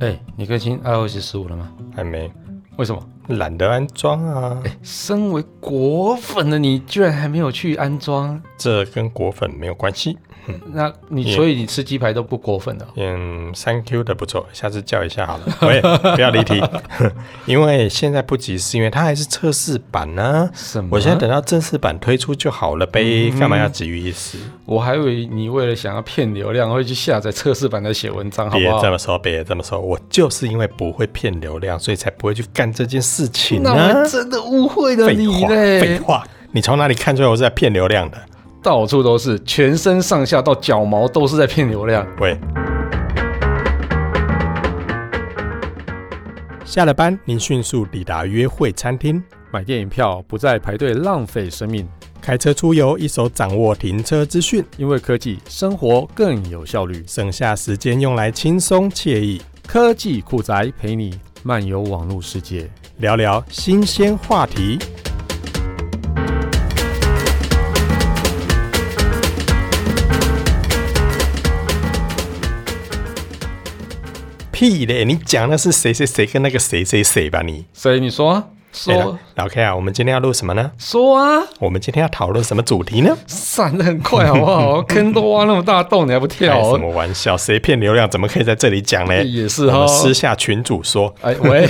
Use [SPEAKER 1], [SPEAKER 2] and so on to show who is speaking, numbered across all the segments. [SPEAKER 1] 哎、你更新 iOS 十五了吗？
[SPEAKER 2] 还没，
[SPEAKER 1] 为什么？
[SPEAKER 2] 懒得安装啊。
[SPEAKER 1] 哎身为果粉的你，居然还没有去安装？
[SPEAKER 2] 这跟果粉没有关系。
[SPEAKER 1] 那你
[SPEAKER 2] 也
[SPEAKER 1] 所以你吃鸡排都不果粉的哦、
[SPEAKER 2] 嗯，Thank you 的不错，下次叫一下好了。 喂，不要离题， 因为现在不急，是因为它还是测试版呢、
[SPEAKER 1] 什么？
[SPEAKER 2] 我现在等到正式版推出就好了
[SPEAKER 1] 嗯
[SPEAKER 2] 呗，干嘛要急于一时？
[SPEAKER 1] 我还以为你为了想要骗流量，会去下载测试版来写文章，好
[SPEAKER 2] 别
[SPEAKER 1] 不好
[SPEAKER 2] 这？么说，别这么说，我就是因为不会骗流量，所以才不会去干这件事情呢、
[SPEAKER 1] 那
[SPEAKER 3] 啊
[SPEAKER 1] 我真的误会了
[SPEAKER 2] 废
[SPEAKER 1] 你
[SPEAKER 2] 话，废
[SPEAKER 1] 嘞！
[SPEAKER 2] 话，你从哪里看出来我是在骗流量的？
[SPEAKER 1] 到处都是，全身上下到脚毛都是在骗流量。
[SPEAKER 2] 喂。下了班，您迅速抵达约会餐厅，
[SPEAKER 3] 买电影票不再排队浪费生命，
[SPEAKER 2] 开车出游，一手掌握停车资讯，
[SPEAKER 3] 因为科技生活更有效率。
[SPEAKER 2] 省下时间用来轻松惬意，
[SPEAKER 3] 科技酷宅陪你漫游网络世界。
[SPEAKER 2] 聊聊新鲜话题。屁嘞！你讲的是谁谁谁跟那个谁谁谁吧你？
[SPEAKER 1] 所以你说啊
[SPEAKER 3] 哦
[SPEAKER 1] 说、
[SPEAKER 2] 哎老老 K 啊，我们今天要录什么呢？
[SPEAKER 1] 说啊，
[SPEAKER 2] 我们今天要讨论什么主题 呢？
[SPEAKER 1] 闪的很快，好不 好？坑都挖那么大洞，你还不
[SPEAKER 2] 开
[SPEAKER 1] 跳
[SPEAKER 2] 哎什？么玩笑？谁骗流量？怎么可以在这里讲呢？
[SPEAKER 1] 也是
[SPEAKER 2] 我
[SPEAKER 1] 哈
[SPEAKER 2] 们。私下群主说，
[SPEAKER 1] 哎喂，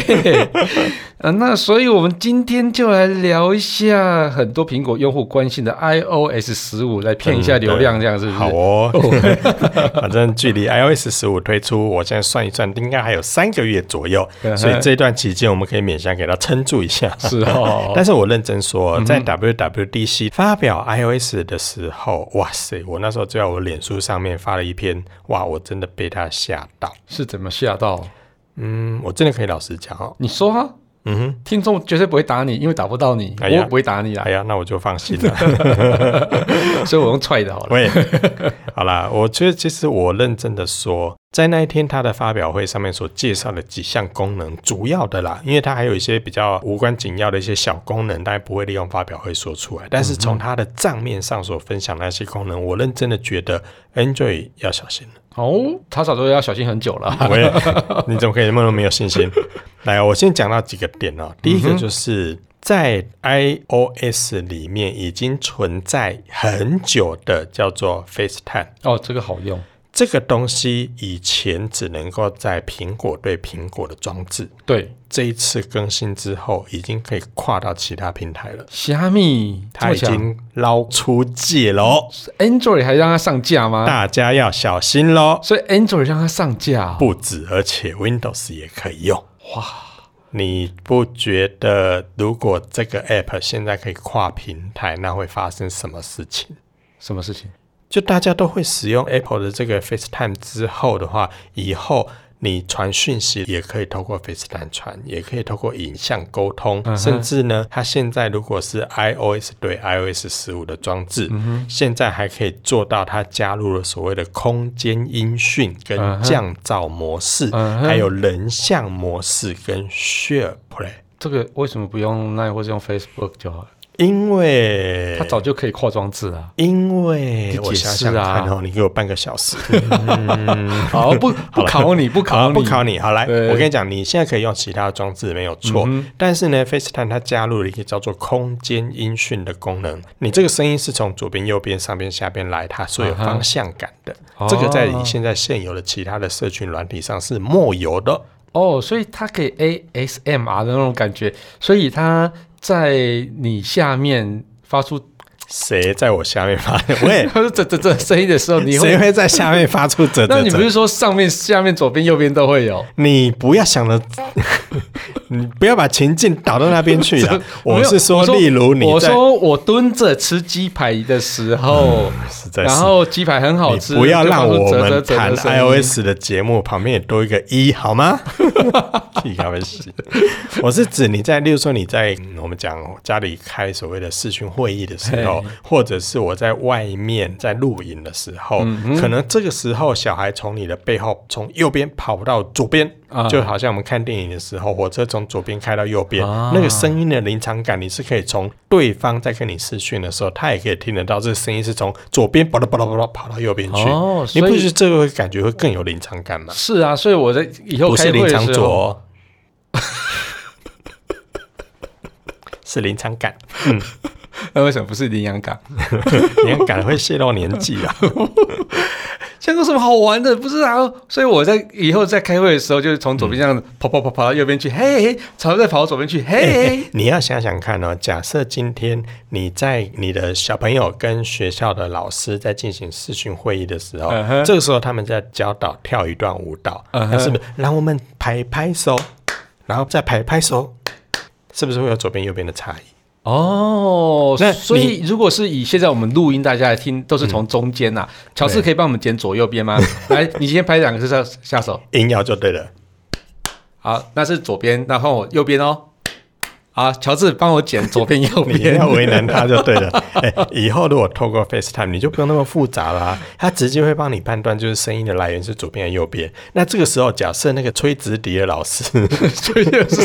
[SPEAKER 1] 啊，那所以我们今天就来聊一下很多苹果用户关心的 iOS 十五，来骗一下流量，这样是不哦是？
[SPEAKER 2] 好哦， 反正距离 iOS 十五推出，我现在算一算，应该还有三个月左右
[SPEAKER 1] 嗯，哼
[SPEAKER 2] 所以这段期间我们可以勉强给它撑住一下。
[SPEAKER 1] 是哦
[SPEAKER 2] 。
[SPEAKER 1] 嗯
[SPEAKER 2] 但是我认真说，在 WWDC 发表 iOS 的时候，哇塞！我那时候就在我脸书上面发了一篇，哇，我真的被它吓到。
[SPEAKER 1] 是怎么吓到？
[SPEAKER 2] 嗯，我真的可以老实讲哦，
[SPEAKER 1] 你说啊，
[SPEAKER 2] 嗯哼。
[SPEAKER 1] 听众绝对不会打你，因为打不到你，
[SPEAKER 2] 哎
[SPEAKER 1] 我
[SPEAKER 2] 呀
[SPEAKER 1] 也不会打你 啦
[SPEAKER 2] 哎，呀，那我就放心了。
[SPEAKER 1] 所以我用踹的好了。
[SPEAKER 2] 喂， 好啦，我觉得其实我认真的说，在那一天他的发表会上面所介绍的几项功能，主要的啦，因为它还有一些比较无关紧要的一些小功能，当然不会利用发表会说出来。但是从它的账面上所分享的那些功能，我认真的觉得 Android 要小心了。
[SPEAKER 1] 哦，他早就要小心很久了。
[SPEAKER 2] 喂，你怎么可以那么没有信心？来，我先讲到几个点哦。第一个就是。在 iOS 里面已经存在很久的叫做 FaceTime，
[SPEAKER 1] 哦，这个好用。
[SPEAKER 2] 这个东西以前只能够在苹果对苹果的装置，
[SPEAKER 1] 对，
[SPEAKER 2] 这一次更新之后，已经可以跨到其他平台了。
[SPEAKER 1] 虾米，
[SPEAKER 2] 它已
[SPEAKER 1] 这么
[SPEAKER 2] 经捞出界喽，
[SPEAKER 1] 强 Android 还让它上架吗？
[SPEAKER 2] 大家要小心喽！
[SPEAKER 1] 所以 Android 让它上架哦、
[SPEAKER 2] 不止，而且 Windows 也可以用。哇，你不觉得如果这个 App 现在可以跨平台，那会发生什么事情？
[SPEAKER 1] 什么事情？
[SPEAKER 2] 就大家都会使用 Apple 的这个 FaceTime 之后的话，以后你传讯息也可以透过 FaceTime 传，也可以透过影像沟通，
[SPEAKER 1] 嗯
[SPEAKER 2] 甚至呢，它现在如果是 iOS 对 iOS 十五的装置，
[SPEAKER 1] 嗯
[SPEAKER 2] 现在还可以做到它加入了所谓的空间音讯跟
[SPEAKER 1] 嗯哼
[SPEAKER 2] 降噪模式，
[SPEAKER 1] 嗯哼
[SPEAKER 2] 还有人像模式跟 Share Play。
[SPEAKER 1] 这个为什么不用 Line 或是用 Facebook 就好了？
[SPEAKER 2] 因为
[SPEAKER 1] 它早就可以跨装置了。
[SPEAKER 2] 因为
[SPEAKER 1] 你
[SPEAKER 2] 我
[SPEAKER 1] 解
[SPEAKER 2] 想
[SPEAKER 1] 释
[SPEAKER 2] 想
[SPEAKER 1] 啊
[SPEAKER 2] 看哦，你给我半个小时，
[SPEAKER 1] 好，不不考你，不考
[SPEAKER 2] 好，啊
[SPEAKER 1] 你，
[SPEAKER 2] 不考你。好，来，
[SPEAKER 1] 对嗯
[SPEAKER 2] 我跟你讲，你现在可以用其他的装置没有错，但是呢，FaceTime 它加入了一个叫做空间音讯的功能。你这个声音是从左边、右边、上边、下边来，它是有
[SPEAKER 1] 啊哈
[SPEAKER 2] 方向感的。
[SPEAKER 1] 哦
[SPEAKER 2] 这个在你现在现有的其他的社群软体上是没有的。
[SPEAKER 1] 哦，所以它给 ASMR 的那种感觉，所以它在你下面发出
[SPEAKER 2] 谁在我下面发？喂，
[SPEAKER 1] 它是这这这声音的时候， 你
[SPEAKER 2] 谁
[SPEAKER 1] 会？
[SPEAKER 2] 会在下面发出啧
[SPEAKER 1] 那
[SPEAKER 2] 啧
[SPEAKER 1] 你不
[SPEAKER 2] 啧？
[SPEAKER 1] 是说上面、下面、左边、右边都会有？
[SPEAKER 2] 你不要想了， 你不要把情境导到那边去啊！我
[SPEAKER 1] 没有
[SPEAKER 2] 是说，
[SPEAKER 1] 我
[SPEAKER 2] 例如你
[SPEAKER 1] 我
[SPEAKER 2] 在，
[SPEAKER 1] 说我蹲着吃鸡排的时候，
[SPEAKER 2] 实在
[SPEAKER 1] 然
[SPEAKER 2] 是
[SPEAKER 1] 后鸡排很好吃，
[SPEAKER 2] 你不要
[SPEAKER 1] 就发
[SPEAKER 2] 让
[SPEAKER 1] 出
[SPEAKER 2] 我
[SPEAKER 1] 啧啧
[SPEAKER 2] 们
[SPEAKER 1] 啧
[SPEAKER 2] 谈
[SPEAKER 1] 的声音
[SPEAKER 2] iOS 的节目旁边也多一个一好吗？ 替他们洗。 我是指你在，例如说你在、嗯我们讲家里开所谓的视讯会议的时候，或者是我在外面在露营的时候，
[SPEAKER 1] 嗯哼
[SPEAKER 2] 可能这个时候小孩从你的背后从右边跑到左边，
[SPEAKER 1] 啊
[SPEAKER 2] 就好像我们看电影的时候，火车从左边开到右边，
[SPEAKER 1] 啊
[SPEAKER 2] 那个声音的临场感，你是可以从对方在跟你视讯的时候，他也可以听得到，这个声音是从左边巴拉巴拉巴拉跑到右边去。
[SPEAKER 1] 哦，
[SPEAKER 2] 你
[SPEAKER 1] 所
[SPEAKER 2] 不觉
[SPEAKER 1] 以
[SPEAKER 2] 得这个会感觉会更有临场感吗？
[SPEAKER 1] 是啊，所以我在以后
[SPEAKER 2] 不
[SPEAKER 1] 开
[SPEAKER 2] 是
[SPEAKER 1] 会
[SPEAKER 2] 临
[SPEAKER 1] 的
[SPEAKER 2] 场
[SPEAKER 1] 时
[SPEAKER 2] 左
[SPEAKER 1] 候，
[SPEAKER 2] 哦， 是临场感。
[SPEAKER 1] 那为什么不是羚羊港？
[SPEAKER 2] 临场感会泄露年纪啊！
[SPEAKER 1] 像有什么好玩的？不是啊，所以我在以后在开会的时候，就是从左边这样子跑跑跑跑到右边去，嘿，然后再跑到左边去，嘿，
[SPEAKER 2] 你要想想看哦，假设今天你在你的小朋友跟学校的老师在进行视讯会议的时候
[SPEAKER 1] 嗯哼
[SPEAKER 2] 这个时候他们在教导跳一段舞蹈，
[SPEAKER 1] 嗯
[SPEAKER 2] 那
[SPEAKER 1] 哼
[SPEAKER 2] 是不是？让我们拍拍手，然后再拍拍手，是不是会有左边右边的差异？
[SPEAKER 1] 哦，
[SPEAKER 2] 那
[SPEAKER 1] 所以如果是以现在我们录音，大家来听都是从中间呐、啊乔治可以帮我们剪左右 边吗？来，你先拍两个下下手，
[SPEAKER 2] 音要就对了。
[SPEAKER 1] 好，那是左边，那换我右边哦。好，乔治帮我剪左边右
[SPEAKER 2] 你不
[SPEAKER 1] 边
[SPEAKER 2] 要。为难他就对了。 哎、以后如果透过 FaceTime，你就不用那么复杂啦、他直接会帮你判断就是声音的来源是左边还是右边。那这个时候，假设那个吹直笛的老师
[SPEAKER 1] 所以就是，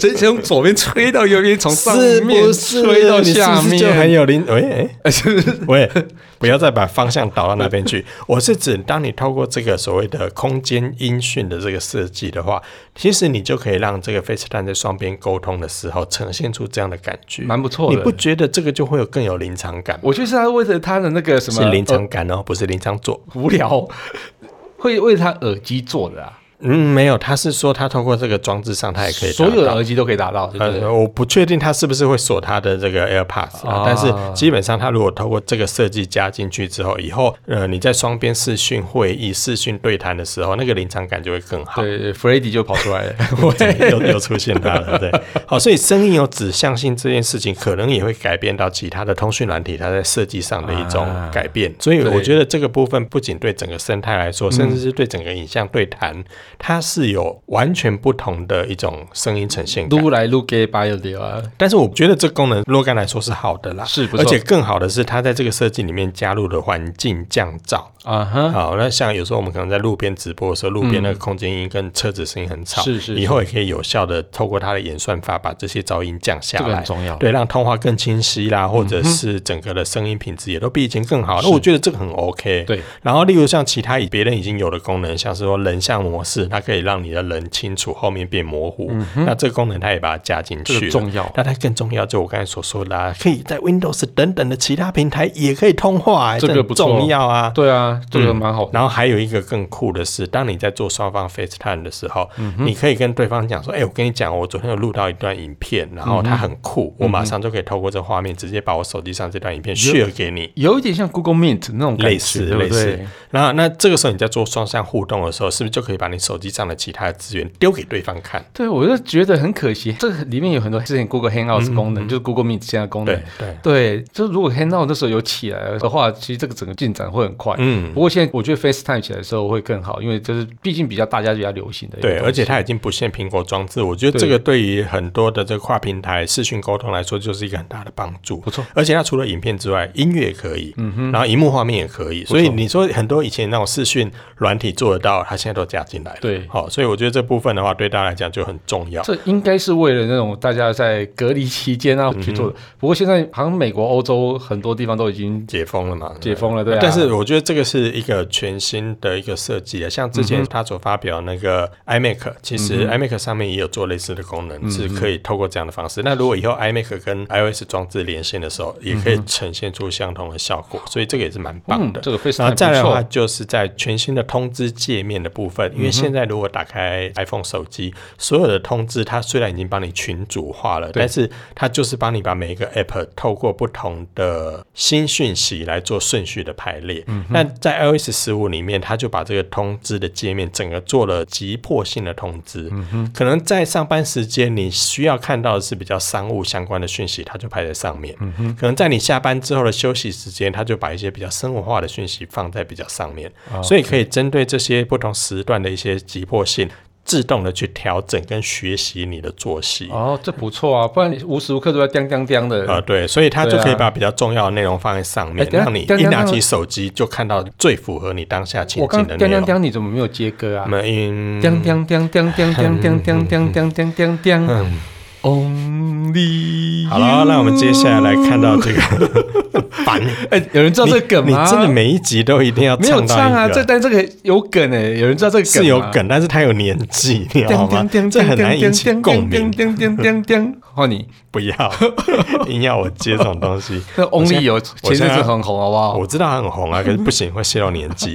[SPEAKER 1] 所以从左边吹到右边，从 上
[SPEAKER 2] 是
[SPEAKER 1] 面
[SPEAKER 2] 不是
[SPEAKER 1] 吹到下
[SPEAKER 2] 你是不是
[SPEAKER 1] 面，
[SPEAKER 2] 就很有灵。喂、 哎
[SPEAKER 1] 哎就是
[SPEAKER 2] 喂，不要再把方向导到那边去。 我是指，当你透过这个所谓的空间音讯的这个设计的话，其实你就可以让这个 FaceTime 在双边沟通的时候呈现出这样的感觉。
[SPEAKER 1] 蛮不错
[SPEAKER 2] 你
[SPEAKER 1] 的
[SPEAKER 2] 不。觉得这个就会有更有临场感吗？
[SPEAKER 1] 我就是他为了他的那个什么
[SPEAKER 2] 是临
[SPEAKER 1] 呃
[SPEAKER 2] 场感哦，不是临场做。
[SPEAKER 1] 无聊， 会为他耳机做的啊，
[SPEAKER 2] 嗯，没有，他是说他透过这个装置上，他也可以
[SPEAKER 1] 所有
[SPEAKER 2] 达
[SPEAKER 1] 的
[SPEAKER 2] 到
[SPEAKER 1] 耳机都可以达嗯到，对不对？
[SPEAKER 2] 呃，我不确定他是不是会锁他的这个 AirPods 啊，
[SPEAKER 1] 啊
[SPEAKER 2] 但是基本上他如果透过这个设计加进去之后，以后呃你在双边视讯会议、视讯对谈的时候，那个临场感就会更好。
[SPEAKER 1] 对 f r e d d y 就跑出 来了，
[SPEAKER 2] 又又出现它了，对。好，所以声音有指向性这件事情，可能也会改变到其他的通讯软体它在设计上的一种改变。所以我觉得这个部分不仅对整个生态来说，甚至是对整个影像对谈，它是有完全不同的一种声音呈现感。
[SPEAKER 1] 撸来撸给把有流啊，
[SPEAKER 2] 但是我觉得这功能若干来说是好的啦，
[SPEAKER 1] 是不错
[SPEAKER 2] 而且更好的是，它在这个设计里面加入了环境降噪。
[SPEAKER 1] 啊哈，
[SPEAKER 2] 好，那像有时候我们可能在路边直播的时候，路边那个空间音跟车子声音很吵，
[SPEAKER 1] 是是
[SPEAKER 2] 以后也可以有效的透过它的演算法把这些噪音降下
[SPEAKER 1] 这个
[SPEAKER 2] 来
[SPEAKER 1] 很。重要。嗯
[SPEAKER 2] 对，让通话更清晰啦，或者是整个的声音品质也都比以前更好。那我觉得这个很 OK。
[SPEAKER 1] 对，
[SPEAKER 2] 然后例如像其他以别人已经有的功能，像是说人像模式，它可以让你的人清楚后面变模糊。那这个功能它也把它加进
[SPEAKER 1] 嗯这
[SPEAKER 2] 去
[SPEAKER 1] 个
[SPEAKER 2] 了。
[SPEAKER 1] 重要
[SPEAKER 2] 那它更重要，就我刚才所说的、啊，可以在 Windows 等等的其他平台也可以通话、欸，
[SPEAKER 1] 这个
[SPEAKER 2] 很
[SPEAKER 1] 不错
[SPEAKER 2] 重要啊。
[SPEAKER 1] 对啊，这个蛮好的。
[SPEAKER 2] 然后还有一个更酷的是，当你在做双方 FaceTime 的时候，
[SPEAKER 1] 嗯
[SPEAKER 2] 你可以跟对方讲说：“哎、我跟你讲，我昨天有录到一段影片，然后
[SPEAKER 1] 嗯
[SPEAKER 2] 它很酷，我马上就可以透过这画面直接把我手机上这段影片 share 给你。”
[SPEAKER 1] 有一点像 Google Meet 那种感觉
[SPEAKER 2] 类似
[SPEAKER 1] 对
[SPEAKER 2] 类
[SPEAKER 1] 不对
[SPEAKER 2] 似，那那这个时候你在做双向互动的时候，是不是就可以把你手机上的其他的资源丢给对方看？
[SPEAKER 1] 对我就觉得很可惜，这里面有很多之前 Google Hangouts 功能，就是 Google Meet 现在的功能
[SPEAKER 2] 嗯对，嗯对，
[SPEAKER 1] 对，就如果 Hangout 那时候有起来的话，其实这个整个进展会很快。
[SPEAKER 2] 嗯
[SPEAKER 1] 不。过现在我觉得 FaceTime 起来的时候会更好，因为就是毕竟比较大家比较流行的一个
[SPEAKER 2] 对，
[SPEAKER 1] 东西。
[SPEAKER 2] 而且它已经不限苹果装置，我觉得这个对于很多的这个跨平台视讯沟通来说，就是一个很大的帮助。
[SPEAKER 1] 不错，
[SPEAKER 2] 而且它除了影片之外，音乐也可以，然后荧幕画面也可以，所以你说很多以前那种视讯软体做得到，它现在都加进来了。
[SPEAKER 1] 对
[SPEAKER 2] 好、所以我觉得这部分的话，对大家来讲就很重要。
[SPEAKER 1] 这应该是为了那种大家在隔离期间
[SPEAKER 2] 嗯
[SPEAKER 1] 啊去做的。不过现在好像美国、欧洲很多地方都已经
[SPEAKER 2] 解封了嘛？
[SPEAKER 1] 解封了，对啊。
[SPEAKER 2] 嗯但是我觉得这个是一个全新的一个设计啊，像之
[SPEAKER 1] 嗯
[SPEAKER 2] 前他所发表那个 iMac，其实 iMac 上面也有做类似的功
[SPEAKER 1] 嗯
[SPEAKER 2] 能，是可以透过这样的方式。那如果以后 iMac 跟 iOS 装置连线的时候，也可以呈现出相同的效果，所以这个也是蛮棒
[SPEAKER 1] 嗯
[SPEAKER 2] 的，。
[SPEAKER 1] 这个 FaceTime
[SPEAKER 2] 然后
[SPEAKER 1] 不
[SPEAKER 2] 啊再来的话，
[SPEAKER 1] 错，嗯
[SPEAKER 2] 就是在全新的通知界面的部分，因为现在如果打开 iPhone 手机，所有的通知它虽然已经帮你群组化了，但是它就是帮你把每一个 App 透过不同的新讯息来做顺序的排列。
[SPEAKER 1] 嗯
[SPEAKER 2] 那在 iOS 十五里面，它就把这个通知的界面整个做了急迫性的通知。
[SPEAKER 1] 嗯
[SPEAKER 2] 可能在上班时间你需要看到的是比较商务相关的讯息，它就排在上面。
[SPEAKER 1] 嗯
[SPEAKER 2] 可能在你下班之后的休息时间，它就把一些比较生活化的
[SPEAKER 1] 啊
[SPEAKER 2] 讯息放在比较上面，所以可以针对这些不同时段的一些急迫性。自动的去调整跟学习你的作息。
[SPEAKER 1] 哦，这不错啊，不然你无时无刻都要叮叮叮的。
[SPEAKER 2] 呃，对，所以它就
[SPEAKER 1] 对啊
[SPEAKER 2] 可以把比较重要的内容放在上面
[SPEAKER 1] 哎，等一下
[SPEAKER 2] 让你
[SPEAKER 1] 等一
[SPEAKER 2] 一
[SPEAKER 1] 下
[SPEAKER 2] 拿
[SPEAKER 1] 等一
[SPEAKER 2] 起
[SPEAKER 1] 下
[SPEAKER 2] 手机就看到最符合你当下情
[SPEAKER 1] 我
[SPEAKER 2] 境
[SPEAKER 1] 刚
[SPEAKER 2] 的
[SPEAKER 1] 叮
[SPEAKER 2] 内
[SPEAKER 1] 叮
[SPEAKER 2] 容。
[SPEAKER 1] 叮，你怎么没有接歌啊？
[SPEAKER 2] 嗯，
[SPEAKER 1] 叮叮叮叮叮叮叮叮叮叮叮叮叮，Only。
[SPEAKER 2] 好了，那我们接下来来看到这个烦，
[SPEAKER 1] 哎，有人知道这个梗
[SPEAKER 2] 你
[SPEAKER 1] 吗？
[SPEAKER 2] 真的每一集都一定要
[SPEAKER 1] 没有
[SPEAKER 2] 啊唱到
[SPEAKER 1] 唱啊？
[SPEAKER 2] 一
[SPEAKER 1] 这
[SPEAKER 2] 个。
[SPEAKER 1] 但这个有梗哎，有人知道这个梗
[SPEAKER 2] 是有梗，啊但是它有年纪，你知道吗？这很难引起共鸣。
[SPEAKER 1] 叮叮叮叮，换你。
[SPEAKER 2] 不要，硬要我接这种东 西。
[SPEAKER 1] 那 Only 有
[SPEAKER 2] 我
[SPEAKER 1] 前
[SPEAKER 2] 现
[SPEAKER 1] 阵
[SPEAKER 2] 在
[SPEAKER 1] 子很红，好不好？
[SPEAKER 2] 我知道它很红啊，可是不行，会泄露年 纪。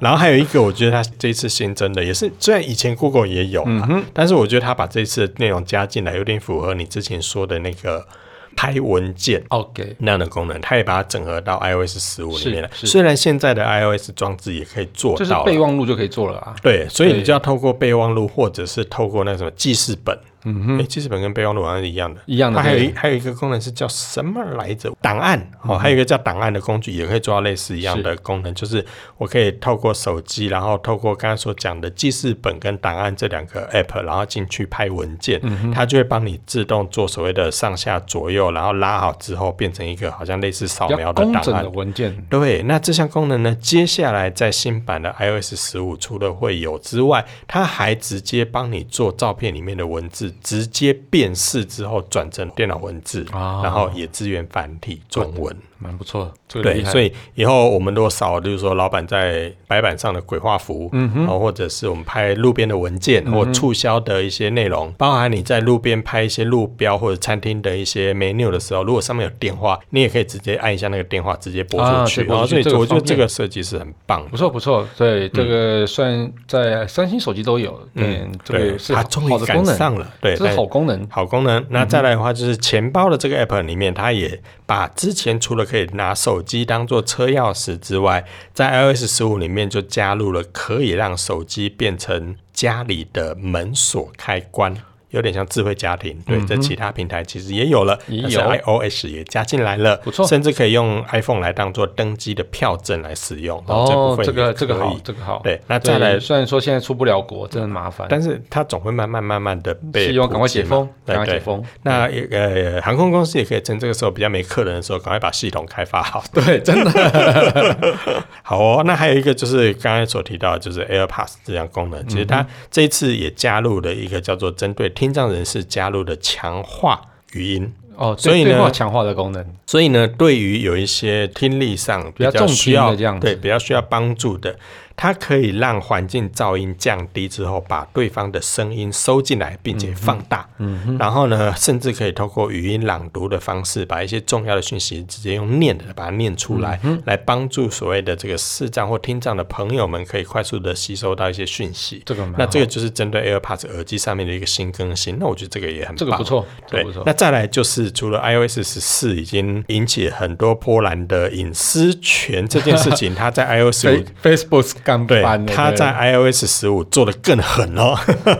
[SPEAKER 2] 然后还有一个，我觉得它这一次新增的也是，虽然以前 Google 也有啊，但是我觉得它把这一次的内容加进来，有点符合你之前说的那个拍文件。
[SPEAKER 1] OK，
[SPEAKER 2] 那样的功能，它也把它整合到 iOS 十五里面来。
[SPEAKER 1] 是是
[SPEAKER 2] 虽然现在的 iOS 装置也可以做
[SPEAKER 1] 就是
[SPEAKER 2] 到了
[SPEAKER 1] 备忘录就可以做了啊。
[SPEAKER 2] 对，所以你
[SPEAKER 1] 对
[SPEAKER 2] 就要透过备忘录，或者是透过那什么记事本。嗯哼，记事本跟备忘录好像是一样的，
[SPEAKER 1] 一样的
[SPEAKER 2] 它还有
[SPEAKER 1] 对嗯
[SPEAKER 2] 一还有一个功能是叫什么来着？档案哦，还有一个叫档案的工具，也可以做到类似一样的功能，就是我可以透过手机，然后透过刚才所讲的记事本跟档案这两个 app，然后进去拍文件，
[SPEAKER 1] 嗯
[SPEAKER 2] 它就会帮你自动做所谓的上下左右，然后拉好之后变成一个好像类似扫
[SPEAKER 1] 比
[SPEAKER 2] 描的
[SPEAKER 1] 较工
[SPEAKER 2] 档
[SPEAKER 1] 整
[SPEAKER 2] 案
[SPEAKER 1] 的。文件，
[SPEAKER 2] 对，那这项功能呢，接下来在新版的 iOS 十五除了会有之外，它还直接帮你做照片里面的文字，直接辨识之后转成电脑文字，
[SPEAKER 1] 哦
[SPEAKER 2] 然后也支援繁体中文。
[SPEAKER 1] 蛮不错，这个
[SPEAKER 2] 对
[SPEAKER 1] 厉，害。
[SPEAKER 2] 所以以后我们如果扫，就是说老板在白板上的鬼画符，嗯哼，或者是我们拍路边的文件、
[SPEAKER 1] 嗯
[SPEAKER 2] 或促销的一些内容，包含你在路边拍一些路标或者餐厅的一些 menu 的时候，如果上面有电话，你也可以直接按一下那个电话，直接拨
[SPEAKER 1] 啊
[SPEAKER 2] 出去。
[SPEAKER 1] 对
[SPEAKER 2] 然后
[SPEAKER 1] 拨
[SPEAKER 2] 所
[SPEAKER 1] 出去
[SPEAKER 2] 以
[SPEAKER 1] 这个
[SPEAKER 2] 我觉得
[SPEAKER 1] 方便
[SPEAKER 2] 这个设计是很棒的。
[SPEAKER 1] 不错不错，对这个算在三星手机都有，对嗯这
[SPEAKER 2] 对
[SPEAKER 1] 个，是
[SPEAKER 2] 它
[SPEAKER 1] 好
[SPEAKER 2] 终
[SPEAKER 1] 好
[SPEAKER 2] 于
[SPEAKER 1] 的
[SPEAKER 2] 赶
[SPEAKER 1] 功能，
[SPEAKER 2] 上了，对，
[SPEAKER 1] 这是
[SPEAKER 2] 但
[SPEAKER 1] 好功能。
[SPEAKER 2] 好功能。那再来的话，就是钱包的这个 app 里面，它也把之前除了可以拿手机当做车钥匙之外，在 iOS 十五里面就加入了可以让手机变成家里的门锁开关。有点像智慧家庭，对，这其他平台其实也有了，
[SPEAKER 1] 嗯也
[SPEAKER 2] 但是 iOS 也加进来了，
[SPEAKER 1] 不错
[SPEAKER 2] 甚至可以用 iPhone 来当做登机的票证来使用。
[SPEAKER 1] 哦，这
[SPEAKER 2] 这部分也
[SPEAKER 1] 个这个
[SPEAKER 2] 可
[SPEAKER 1] 好
[SPEAKER 2] 以，
[SPEAKER 1] 这个好。
[SPEAKER 2] 对那再来
[SPEAKER 1] 虽然说现在出不了国，真的麻烦，
[SPEAKER 2] 但是它总会慢慢慢慢的被
[SPEAKER 1] 希望赶快
[SPEAKER 2] 普及
[SPEAKER 1] 解
[SPEAKER 2] 嘛
[SPEAKER 1] 封，
[SPEAKER 2] 对
[SPEAKER 1] 赶快
[SPEAKER 2] 对
[SPEAKER 1] 解封。
[SPEAKER 2] 那也呃，航空公司也可以趁这个时候比较没客人的时候，赶快把系统开发好。
[SPEAKER 1] 对，真的
[SPEAKER 2] 好哦，那还有一个就是刚才所提到的，就是 AirPods 这项功
[SPEAKER 1] 嗯
[SPEAKER 2] 能，其实它这一次也加入了一个叫做针对听障人士加入的强化语音。
[SPEAKER 1] 哦，对
[SPEAKER 2] 所以呢
[SPEAKER 1] 对话强化的功能，
[SPEAKER 2] 所以呢，对于有一些听力上
[SPEAKER 1] 比较重
[SPEAKER 2] 需
[SPEAKER 1] 听
[SPEAKER 2] 要
[SPEAKER 1] 的这样子
[SPEAKER 2] 对比较需要帮助的，它可以让环境噪音降低之后，把对方的声音收进来，并且放大。嗯、然后呢，甚至可以透过语音朗读的方式，把一些重要的讯息直接用念的把它念出来，
[SPEAKER 1] 嗯
[SPEAKER 2] 来帮助所谓的这个视障或听障的朋友们，可以快速的吸收到一些讯息。
[SPEAKER 1] 这个蛮好
[SPEAKER 2] 那这个就是针对 AirPods 耳机上面的一个新更新。那我觉得这个也很棒
[SPEAKER 1] 这个不错，这
[SPEAKER 2] 对
[SPEAKER 1] 个不错，。
[SPEAKER 2] 那再来就是除了 iOS 十四已经引起很多波兰的隐私权这件事情，它 在 iOS 五
[SPEAKER 1] Facebook 干
[SPEAKER 2] 对
[SPEAKER 1] 翻，了，
[SPEAKER 2] 它
[SPEAKER 1] 对
[SPEAKER 2] 在 iOS 十五做的更狠哦。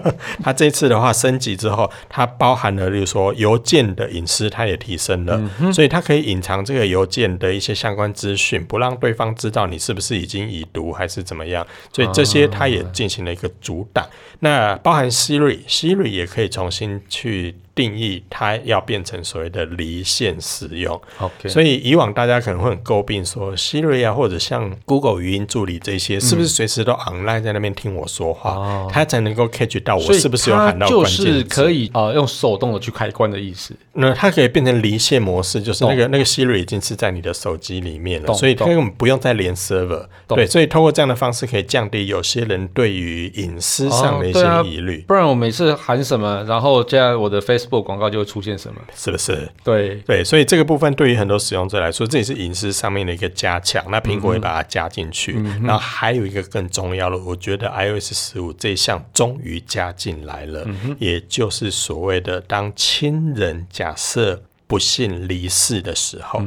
[SPEAKER 2] 它这次的话升级之后，它包含了，例如说邮件的隐私，它也提升
[SPEAKER 1] 嗯
[SPEAKER 2] 了，所以它可以隐藏这个邮件的一些相关资讯，不让对方知道你是不是已经已读还是怎么样。所以这
[SPEAKER 1] 啊
[SPEAKER 2] 些它也进行了一个阻挡。那包含 Siri，Siri 也可以重新去。定义它要变成所谓的离线使用，
[SPEAKER 1] OK，
[SPEAKER 2] 所以以往大家可能会很诟病说，Siri 啊，或者像 Google 语音助理这些，是不
[SPEAKER 1] 嗯
[SPEAKER 2] 是随时都 online 在那边听我说话，它才能够 catch 到我
[SPEAKER 1] 哦所以
[SPEAKER 2] 是不是有
[SPEAKER 1] 它
[SPEAKER 2] 喊到
[SPEAKER 1] 就
[SPEAKER 2] 关键
[SPEAKER 1] 是
[SPEAKER 2] 字？
[SPEAKER 1] 可以呃用手动的去开关的意思，
[SPEAKER 2] 那它可以变成离线模式，就是那个那个 Siri 已经是在你的手机里面了，
[SPEAKER 1] 懂
[SPEAKER 2] 所以它
[SPEAKER 1] 懂
[SPEAKER 2] 根本不用再连 server。
[SPEAKER 1] 懂
[SPEAKER 2] 对，所以通过这样的方式，可以降低有些人对于隐私上的一
[SPEAKER 1] 哦对啊
[SPEAKER 2] 些疑虑，
[SPEAKER 1] 不然我每次喊什么，然后接下来我的 Facebook 广告就会出现什么，
[SPEAKER 2] 是不是？
[SPEAKER 1] 对，
[SPEAKER 2] 对，所以这个部分对于很多使用者来说，这也是隐私上面的一个加强。那苹
[SPEAKER 1] 嗯
[SPEAKER 2] 果也把它加进去，然后还有一个更重要的，我觉得 iOS 十五这一项终于加进来了，
[SPEAKER 1] 嗯
[SPEAKER 2] 也就是所谓的当亲人假设。不幸离世的时候，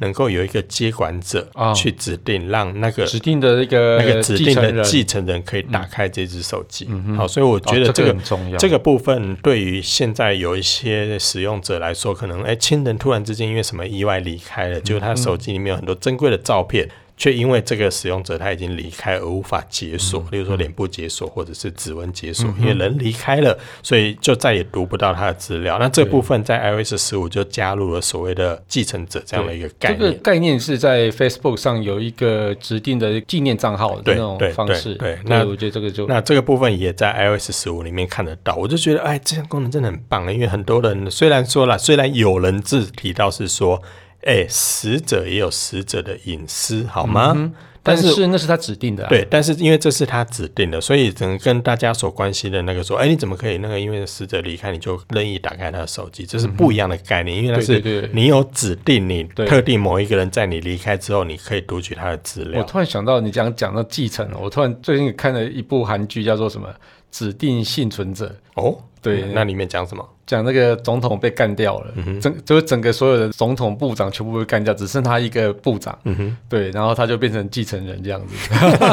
[SPEAKER 2] 能够有一个接管者
[SPEAKER 1] 嗯哦
[SPEAKER 2] 去指定，让那个
[SPEAKER 1] 指定的那个
[SPEAKER 2] 那个指定
[SPEAKER 1] 承
[SPEAKER 2] 的
[SPEAKER 1] 人嗯
[SPEAKER 2] 继承人可以打开这只手机。好，所以我觉得这
[SPEAKER 1] 哦这
[SPEAKER 2] 个、
[SPEAKER 1] 个很重要
[SPEAKER 2] 这个部分对于现在有一些使用者来
[SPEAKER 1] 嗯
[SPEAKER 2] 说，可能哎亲人突然之间因为什么意外离开了，结果他手机里面有很多珍贵的照片。却因为这个使用者他已经离开而无法解锁，
[SPEAKER 1] 嗯
[SPEAKER 2] 例如说脸部解锁或者是指纹解锁，因为人离开了，所以就再也读不到他的资料。那这部分在 iOS 十五就加入了所谓的继承者这样的一个概
[SPEAKER 1] 这个
[SPEAKER 2] 念。
[SPEAKER 1] 概念是在 Facebook 上有一个指定的纪念账号的
[SPEAKER 2] 对
[SPEAKER 1] 那种
[SPEAKER 2] 对
[SPEAKER 1] 方
[SPEAKER 2] 对
[SPEAKER 1] 式。
[SPEAKER 2] 对那
[SPEAKER 1] 我觉得这个就
[SPEAKER 2] 那这个部分也在 iOS 十五里面看得到，我就觉得哎，这项功能真的很棒，因为很多人虽然说啦，虽然有人自提到是说，哎，死者也有死者的隐私，好吗？
[SPEAKER 1] 但
[SPEAKER 2] 但是
[SPEAKER 1] 是那是他指定的、啊。，
[SPEAKER 2] 对，但是因为这是他指定的，所以只能跟大家所关心的那个说，哎，你怎么可以那个因为死者离开你就任意打开他的手机，这是不一样的概念，因为那
[SPEAKER 1] 对对对
[SPEAKER 2] 是你有指定你
[SPEAKER 1] 对
[SPEAKER 2] 特定某一个人在你离开之后，你可以读取他的资
[SPEAKER 1] 我
[SPEAKER 2] 料。
[SPEAKER 1] 突然想到你讲讲到继承，我突然最近看了一部韩剧，叫做什么《指定幸存者》。
[SPEAKER 2] 哦，
[SPEAKER 1] 对
[SPEAKER 2] 嗯那里面讲什么？
[SPEAKER 1] 讲那个总统被干掉
[SPEAKER 2] 嗯
[SPEAKER 1] 了，整就是整个所有的总统部长全部被干掉，只剩他一个部长，
[SPEAKER 2] 嗯
[SPEAKER 1] 对，然后他就变成继承人这样子。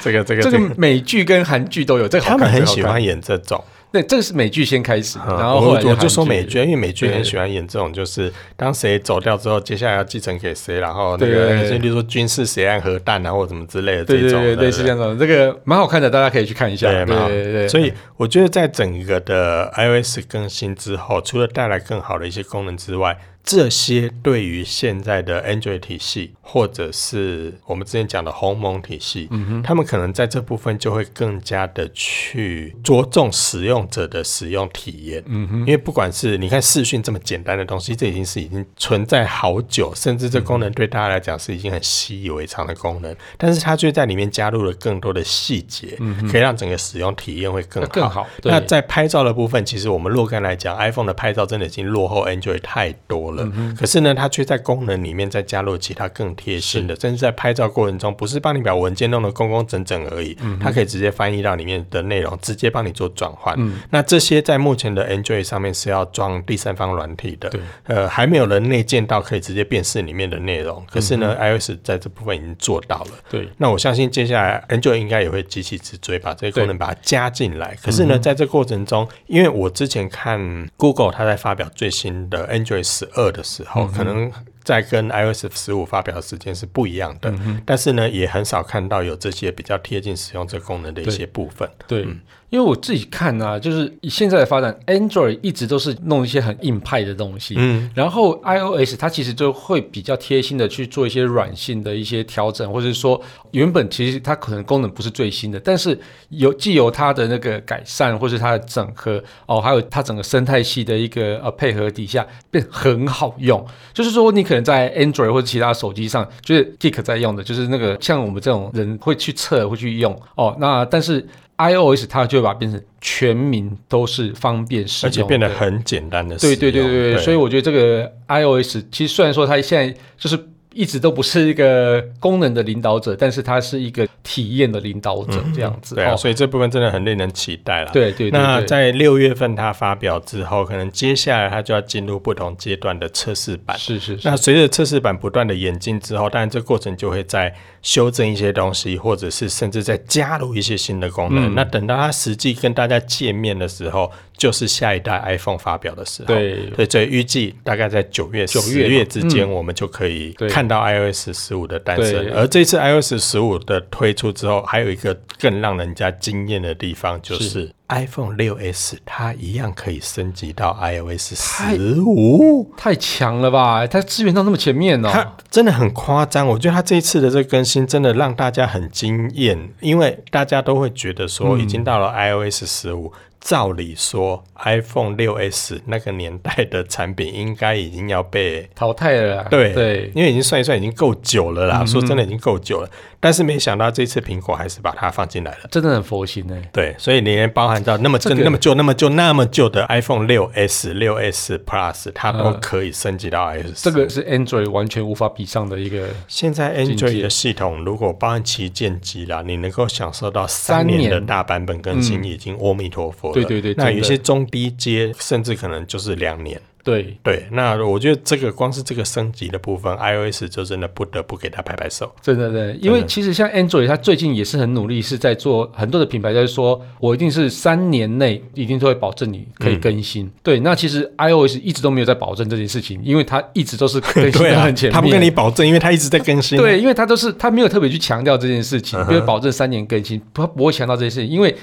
[SPEAKER 2] 这个这个
[SPEAKER 1] 这个美剧跟韩剧都有，这个
[SPEAKER 2] 他
[SPEAKER 1] 好看
[SPEAKER 2] 们很喜。
[SPEAKER 1] 这个好看
[SPEAKER 2] 欢演这种，
[SPEAKER 1] 对，这个是美剧先开始，
[SPEAKER 2] 嗯
[SPEAKER 1] 然后
[SPEAKER 2] 我
[SPEAKER 1] 后来
[SPEAKER 2] 我
[SPEAKER 1] 韩
[SPEAKER 2] 就说美剧，因为美剧
[SPEAKER 1] 对
[SPEAKER 2] 很喜欢演这种，就是当谁走掉之后，接下来要继承给谁，然后那
[SPEAKER 1] 对对
[SPEAKER 2] 个，
[SPEAKER 1] 对
[SPEAKER 2] 就比如说军事谁按核弹啊，或者什么之类的
[SPEAKER 1] 对
[SPEAKER 2] 这
[SPEAKER 1] 对
[SPEAKER 2] 种
[SPEAKER 1] 对
[SPEAKER 2] 的，
[SPEAKER 1] 对，类似这样的，这个蛮好看的，大家可以去看一下。对
[SPEAKER 2] 对，蛮好
[SPEAKER 1] 对对对，
[SPEAKER 2] 所以我觉得在整个的 iOS 更新之后，除了带来更好的一些功能之外，这些对于现在的 Android 体系，或者是我们之前讲的鸿蒙体系，
[SPEAKER 1] 嗯
[SPEAKER 2] 他们可能在这部分就会更加的去着重使用者的使用体验。嗯哼，因为不管是你看视讯这么简单的东西，这已经是已经存在好久，甚至这功能对大家来讲是已经很习以为常的功能，但是它却在里面加入了更多的细节，可以让整个使用体验会更好。
[SPEAKER 1] 更好。
[SPEAKER 2] 嗯
[SPEAKER 1] 对
[SPEAKER 2] 那在拍照的部分，其实我们若干来讲，iPhone 的拍照真的已经落后 Android 太多了。可是呢，它却在功能里面再加入其他更贴心的，甚至在拍照过程中，不是帮你把文件弄得工工整整而已，它可以直接翻译到里面的内容，直接帮你做转换。那这些在目前的 Android 上面是要装第三方软体的，呃，还没有人内建到可以直接辨识里面的内容。可是呢、i o s 在这部分已经做到了。
[SPEAKER 1] 对
[SPEAKER 2] 那我相信接下来 Android 应该也会急起直追，把这些功能把它加进来。可
[SPEAKER 1] 嗯
[SPEAKER 2] 是呢，在这过程中，因为我之前看 Google 它在发表最新的 Android 十二的时
[SPEAKER 1] 嗯
[SPEAKER 2] 候，可能。在跟 iOS 十五发表的时间是不一样的，
[SPEAKER 1] 嗯
[SPEAKER 2] 但是呢，也很少看到有这些比较贴近使用者功能的一嗯些部分。
[SPEAKER 1] 对，因为我自己看啊，就是以现在的发展，Android 一直都是弄一些很硬派的东西，
[SPEAKER 2] 嗯，
[SPEAKER 1] 然后 iOS 它其实就会比较贴心的去做一些软性的一些调整，或者是说原本其实它可能功能不是最新的，但是由既有它的那个改善，或是它的整合哦，还有它整个生态系的一个呃配合底下，变很好用。就是说你可能在 Android 或者其他手机上，就是 Geek 在用的，就是那个像我们这种人会去测会去用哦，那但是。iOS 它就会把它变成全民都是方便
[SPEAKER 2] 而
[SPEAKER 1] 使用
[SPEAKER 2] 且
[SPEAKER 1] 的，
[SPEAKER 2] 变得很简单的使用，
[SPEAKER 1] 对对对对对，所以我觉得这个 iOS 其实虽然说它现在就是一直都不是一个功能的领导者，但是它是一个体验的领导者这样子。
[SPEAKER 2] 对啊，
[SPEAKER 1] 哦，
[SPEAKER 2] 所以这部分真的很令人期待啦。
[SPEAKER 1] 对对对
[SPEAKER 2] 那
[SPEAKER 1] 对
[SPEAKER 2] 在六月份它发表之后，可能接下来它就要进入不同阶段的测试版。
[SPEAKER 1] 是是是，
[SPEAKER 2] 那随着测试版不断的演进之后，当然这过程就会在修正一些东西，或者是甚至再加入一些新的功
[SPEAKER 1] 嗯
[SPEAKER 2] 能。那等到它实际跟大家见面的时候，就是下一代 iPhone 发表的时候。
[SPEAKER 1] 对
[SPEAKER 2] 对，所以预计大概在九月、
[SPEAKER 1] 9
[SPEAKER 2] 十
[SPEAKER 1] 月嗯
[SPEAKER 2] 月之间，我们就可以
[SPEAKER 1] 对
[SPEAKER 2] 看到 iOS 十五的诞生
[SPEAKER 1] 对。
[SPEAKER 2] 而这次 iOS 十五的推出之后，还有一个更让人家惊艳的地方，就是 iPhone 六 S 它一样可以升级到 iOS
[SPEAKER 1] 太
[SPEAKER 2] 十五。
[SPEAKER 1] 太强了吧？它资源到那么前面哦。
[SPEAKER 2] 它真的很夸张，我觉得它这一次的这个更新真的让大家很惊艳，因为大家都会觉得
[SPEAKER 1] 嗯
[SPEAKER 2] 说，已经到了 iOS 十五、照理说 iPhone 六 S 那个年代的产品应该已经要被
[SPEAKER 1] 淘汰了啦，
[SPEAKER 2] 对
[SPEAKER 1] 对，嗯
[SPEAKER 2] 因为已经算一算已经够久了啦，说真的已经够久了，但是没想到这次苹果还是把它放进来了。
[SPEAKER 1] 真的很佛心哎、
[SPEAKER 2] 对，所以连包含到那么
[SPEAKER 1] 这
[SPEAKER 2] 真、
[SPEAKER 1] 个
[SPEAKER 2] 那么旧、那么旧、那么旧的 iPhone 六 S、六 S Plus，它都可以升级到 iOS 15、
[SPEAKER 1] 嗯这个是 Android 完全无法比上的一个
[SPEAKER 2] 现在
[SPEAKER 1] 境界
[SPEAKER 2] Android 的系统，如果包含旗舰机啦，你能够享受到三
[SPEAKER 1] 三
[SPEAKER 2] 年
[SPEAKER 1] 年嗯
[SPEAKER 2] 的大版本更新，已经阿弥陀佛了。
[SPEAKER 1] 对对对
[SPEAKER 2] 那有
[SPEAKER 1] 真的
[SPEAKER 2] 些中低阶，甚至可能就是两年。
[SPEAKER 1] 对，
[SPEAKER 2] 对，那我觉得这个光是这个升级的部分，iOS 就真的不得不给他拍拍手。
[SPEAKER 1] 真的对，因为
[SPEAKER 2] 真的
[SPEAKER 1] 其实像 Android，它最近也是很努力，是在做很多的品牌在说，我一定是三年内一定都会保证你可以更
[SPEAKER 2] 嗯
[SPEAKER 1] 新。对，那其实 iOS 一直都没有在保证这件事情，因为它一直都是更新
[SPEAKER 2] 对
[SPEAKER 1] 的
[SPEAKER 2] 啊
[SPEAKER 1] 很前，面。
[SPEAKER 2] 他不跟你保证，因为他一直在更新。
[SPEAKER 1] 对，因为他都是他没有特别去强调这件事情，
[SPEAKER 2] 嗯
[SPEAKER 1] 因
[SPEAKER 2] 哼
[SPEAKER 1] 为保证三年更新，他不会强调这件事情，因为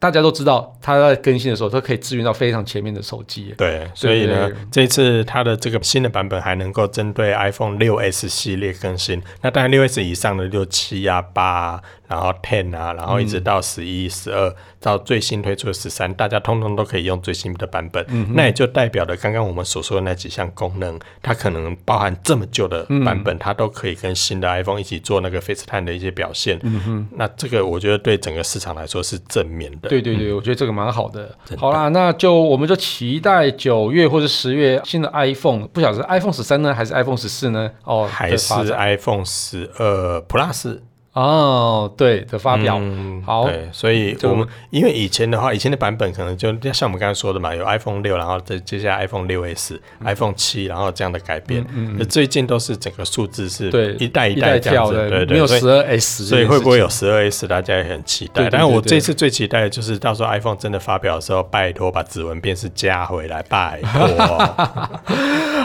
[SPEAKER 1] 大家都知道他在更新的时候，他可以支援到非常前面的手机啊耶。
[SPEAKER 2] 对，所以呢，这次它的这个新的版本还能够针对 iPhone 六 S 系列更新。那当然，六 S 以上的六七啊、八啊，然后 Ten 啊，然后一直到十一、十二，到最新推出的十三，大家通通都可以用最新的版本。那也就代表了刚刚我们所说的那几项功能，它可能包含这么旧的版本，它都可以跟新的 iPhone 一起做那个 FaceTime 的一些表现。嗯哼，那这个我觉得对整个市场来说是正面的。
[SPEAKER 1] 对对对，我觉得这个蛮好的。好啦，那就我们就期待九月或者十月新的 iPhone，不晓得是 iPhone 十三呢，还是 iPhone 十四呢？哦，
[SPEAKER 2] 还
[SPEAKER 1] 的
[SPEAKER 2] 是
[SPEAKER 1] 发展
[SPEAKER 2] iPhone 十二 Plus
[SPEAKER 1] 哦，对的发表。好，
[SPEAKER 2] 嗯对，所以
[SPEAKER 1] 就
[SPEAKER 2] 我们因为以前的话，以前的版本可能就像我们刚刚说的嘛，有 iPhone 六，然后再接下来 iPhone 六 S、iPhone
[SPEAKER 1] 嗯
[SPEAKER 2] 七，然后这样的改变。嗯最近都是整个数字是
[SPEAKER 1] 对，
[SPEAKER 2] 一代
[SPEAKER 1] 一
[SPEAKER 2] 代这样
[SPEAKER 1] 跳
[SPEAKER 2] 子，
[SPEAKER 1] 的，
[SPEAKER 2] 对
[SPEAKER 1] 没有
[SPEAKER 2] 对，所以
[SPEAKER 1] 十二 S，
[SPEAKER 2] 所以会不会有十二 S？大家也很期
[SPEAKER 1] 对对
[SPEAKER 2] 待。
[SPEAKER 1] 对
[SPEAKER 2] 但是我
[SPEAKER 1] 对
[SPEAKER 2] 这次最期待的就是到时候 iPhone 真的发表的时候，拜托把指纹辨识加回来，拜 托。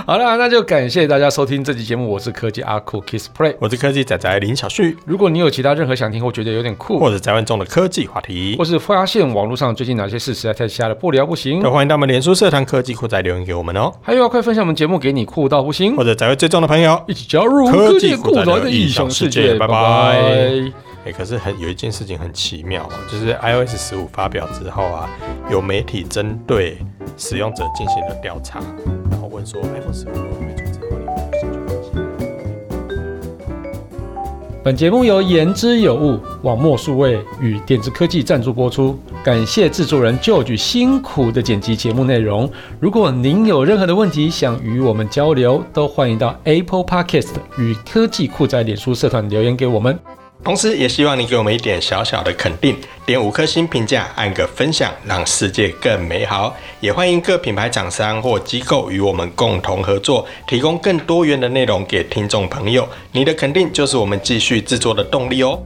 [SPEAKER 1] 好啦，那就感谢大家收听这期节目，我是科技阿酷 Kiss Play。
[SPEAKER 2] 我是科技仔仔林小旭，
[SPEAKER 1] 如果你有其他任何想听或觉得有点酷，
[SPEAKER 2] 或者宅问中的科技话题
[SPEAKER 1] 或。是发现网络上最近哪些事实在太瞎了，不聊不行
[SPEAKER 2] 都。欢迎到我们脸书社团科技酷仔留言给我们哦，
[SPEAKER 1] 还有要快分享我们节目给你酷到不行
[SPEAKER 2] 或，者宅位追踪的朋友。
[SPEAKER 1] 一起加入
[SPEAKER 2] 科
[SPEAKER 1] 科
[SPEAKER 2] 技
[SPEAKER 1] 技酷
[SPEAKER 2] 酷宅
[SPEAKER 1] 宅的
[SPEAKER 2] 的
[SPEAKER 1] 异
[SPEAKER 2] 异
[SPEAKER 1] 想
[SPEAKER 2] 想
[SPEAKER 1] 世
[SPEAKER 2] 世
[SPEAKER 1] 界。
[SPEAKER 2] 界
[SPEAKER 1] 拜
[SPEAKER 2] 拜
[SPEAKER 1] 拜
[SPEAKER 2] 拜。哎、可是很有一件事情很奇妙哦，就是 iOS 十五发表之后啊，有媒体针对使用者进行了调查，然后问说 iPhone 十五会不会阻止婚礼模式就更新
[SPEAKER 1] 本节目由言之有物、网墨数位与点子科技赞助播出，感谢制作人旧举辛苦的剪辑节目内容。如果您有任何的问题想与我们交流，都欢迎到 Apple Podcast 与科技酷宅脸书社团留言给我们。
[SPEAKER 2] 同时，也希望你给我们一点小小的肯定，点五颗星评价，按个分享，让世界更美好。也欢迎各品牌厂商或机构与我们共同合作，提供更多元的内容给听众朋友。你的肯定就是我们继续制作的动力哦。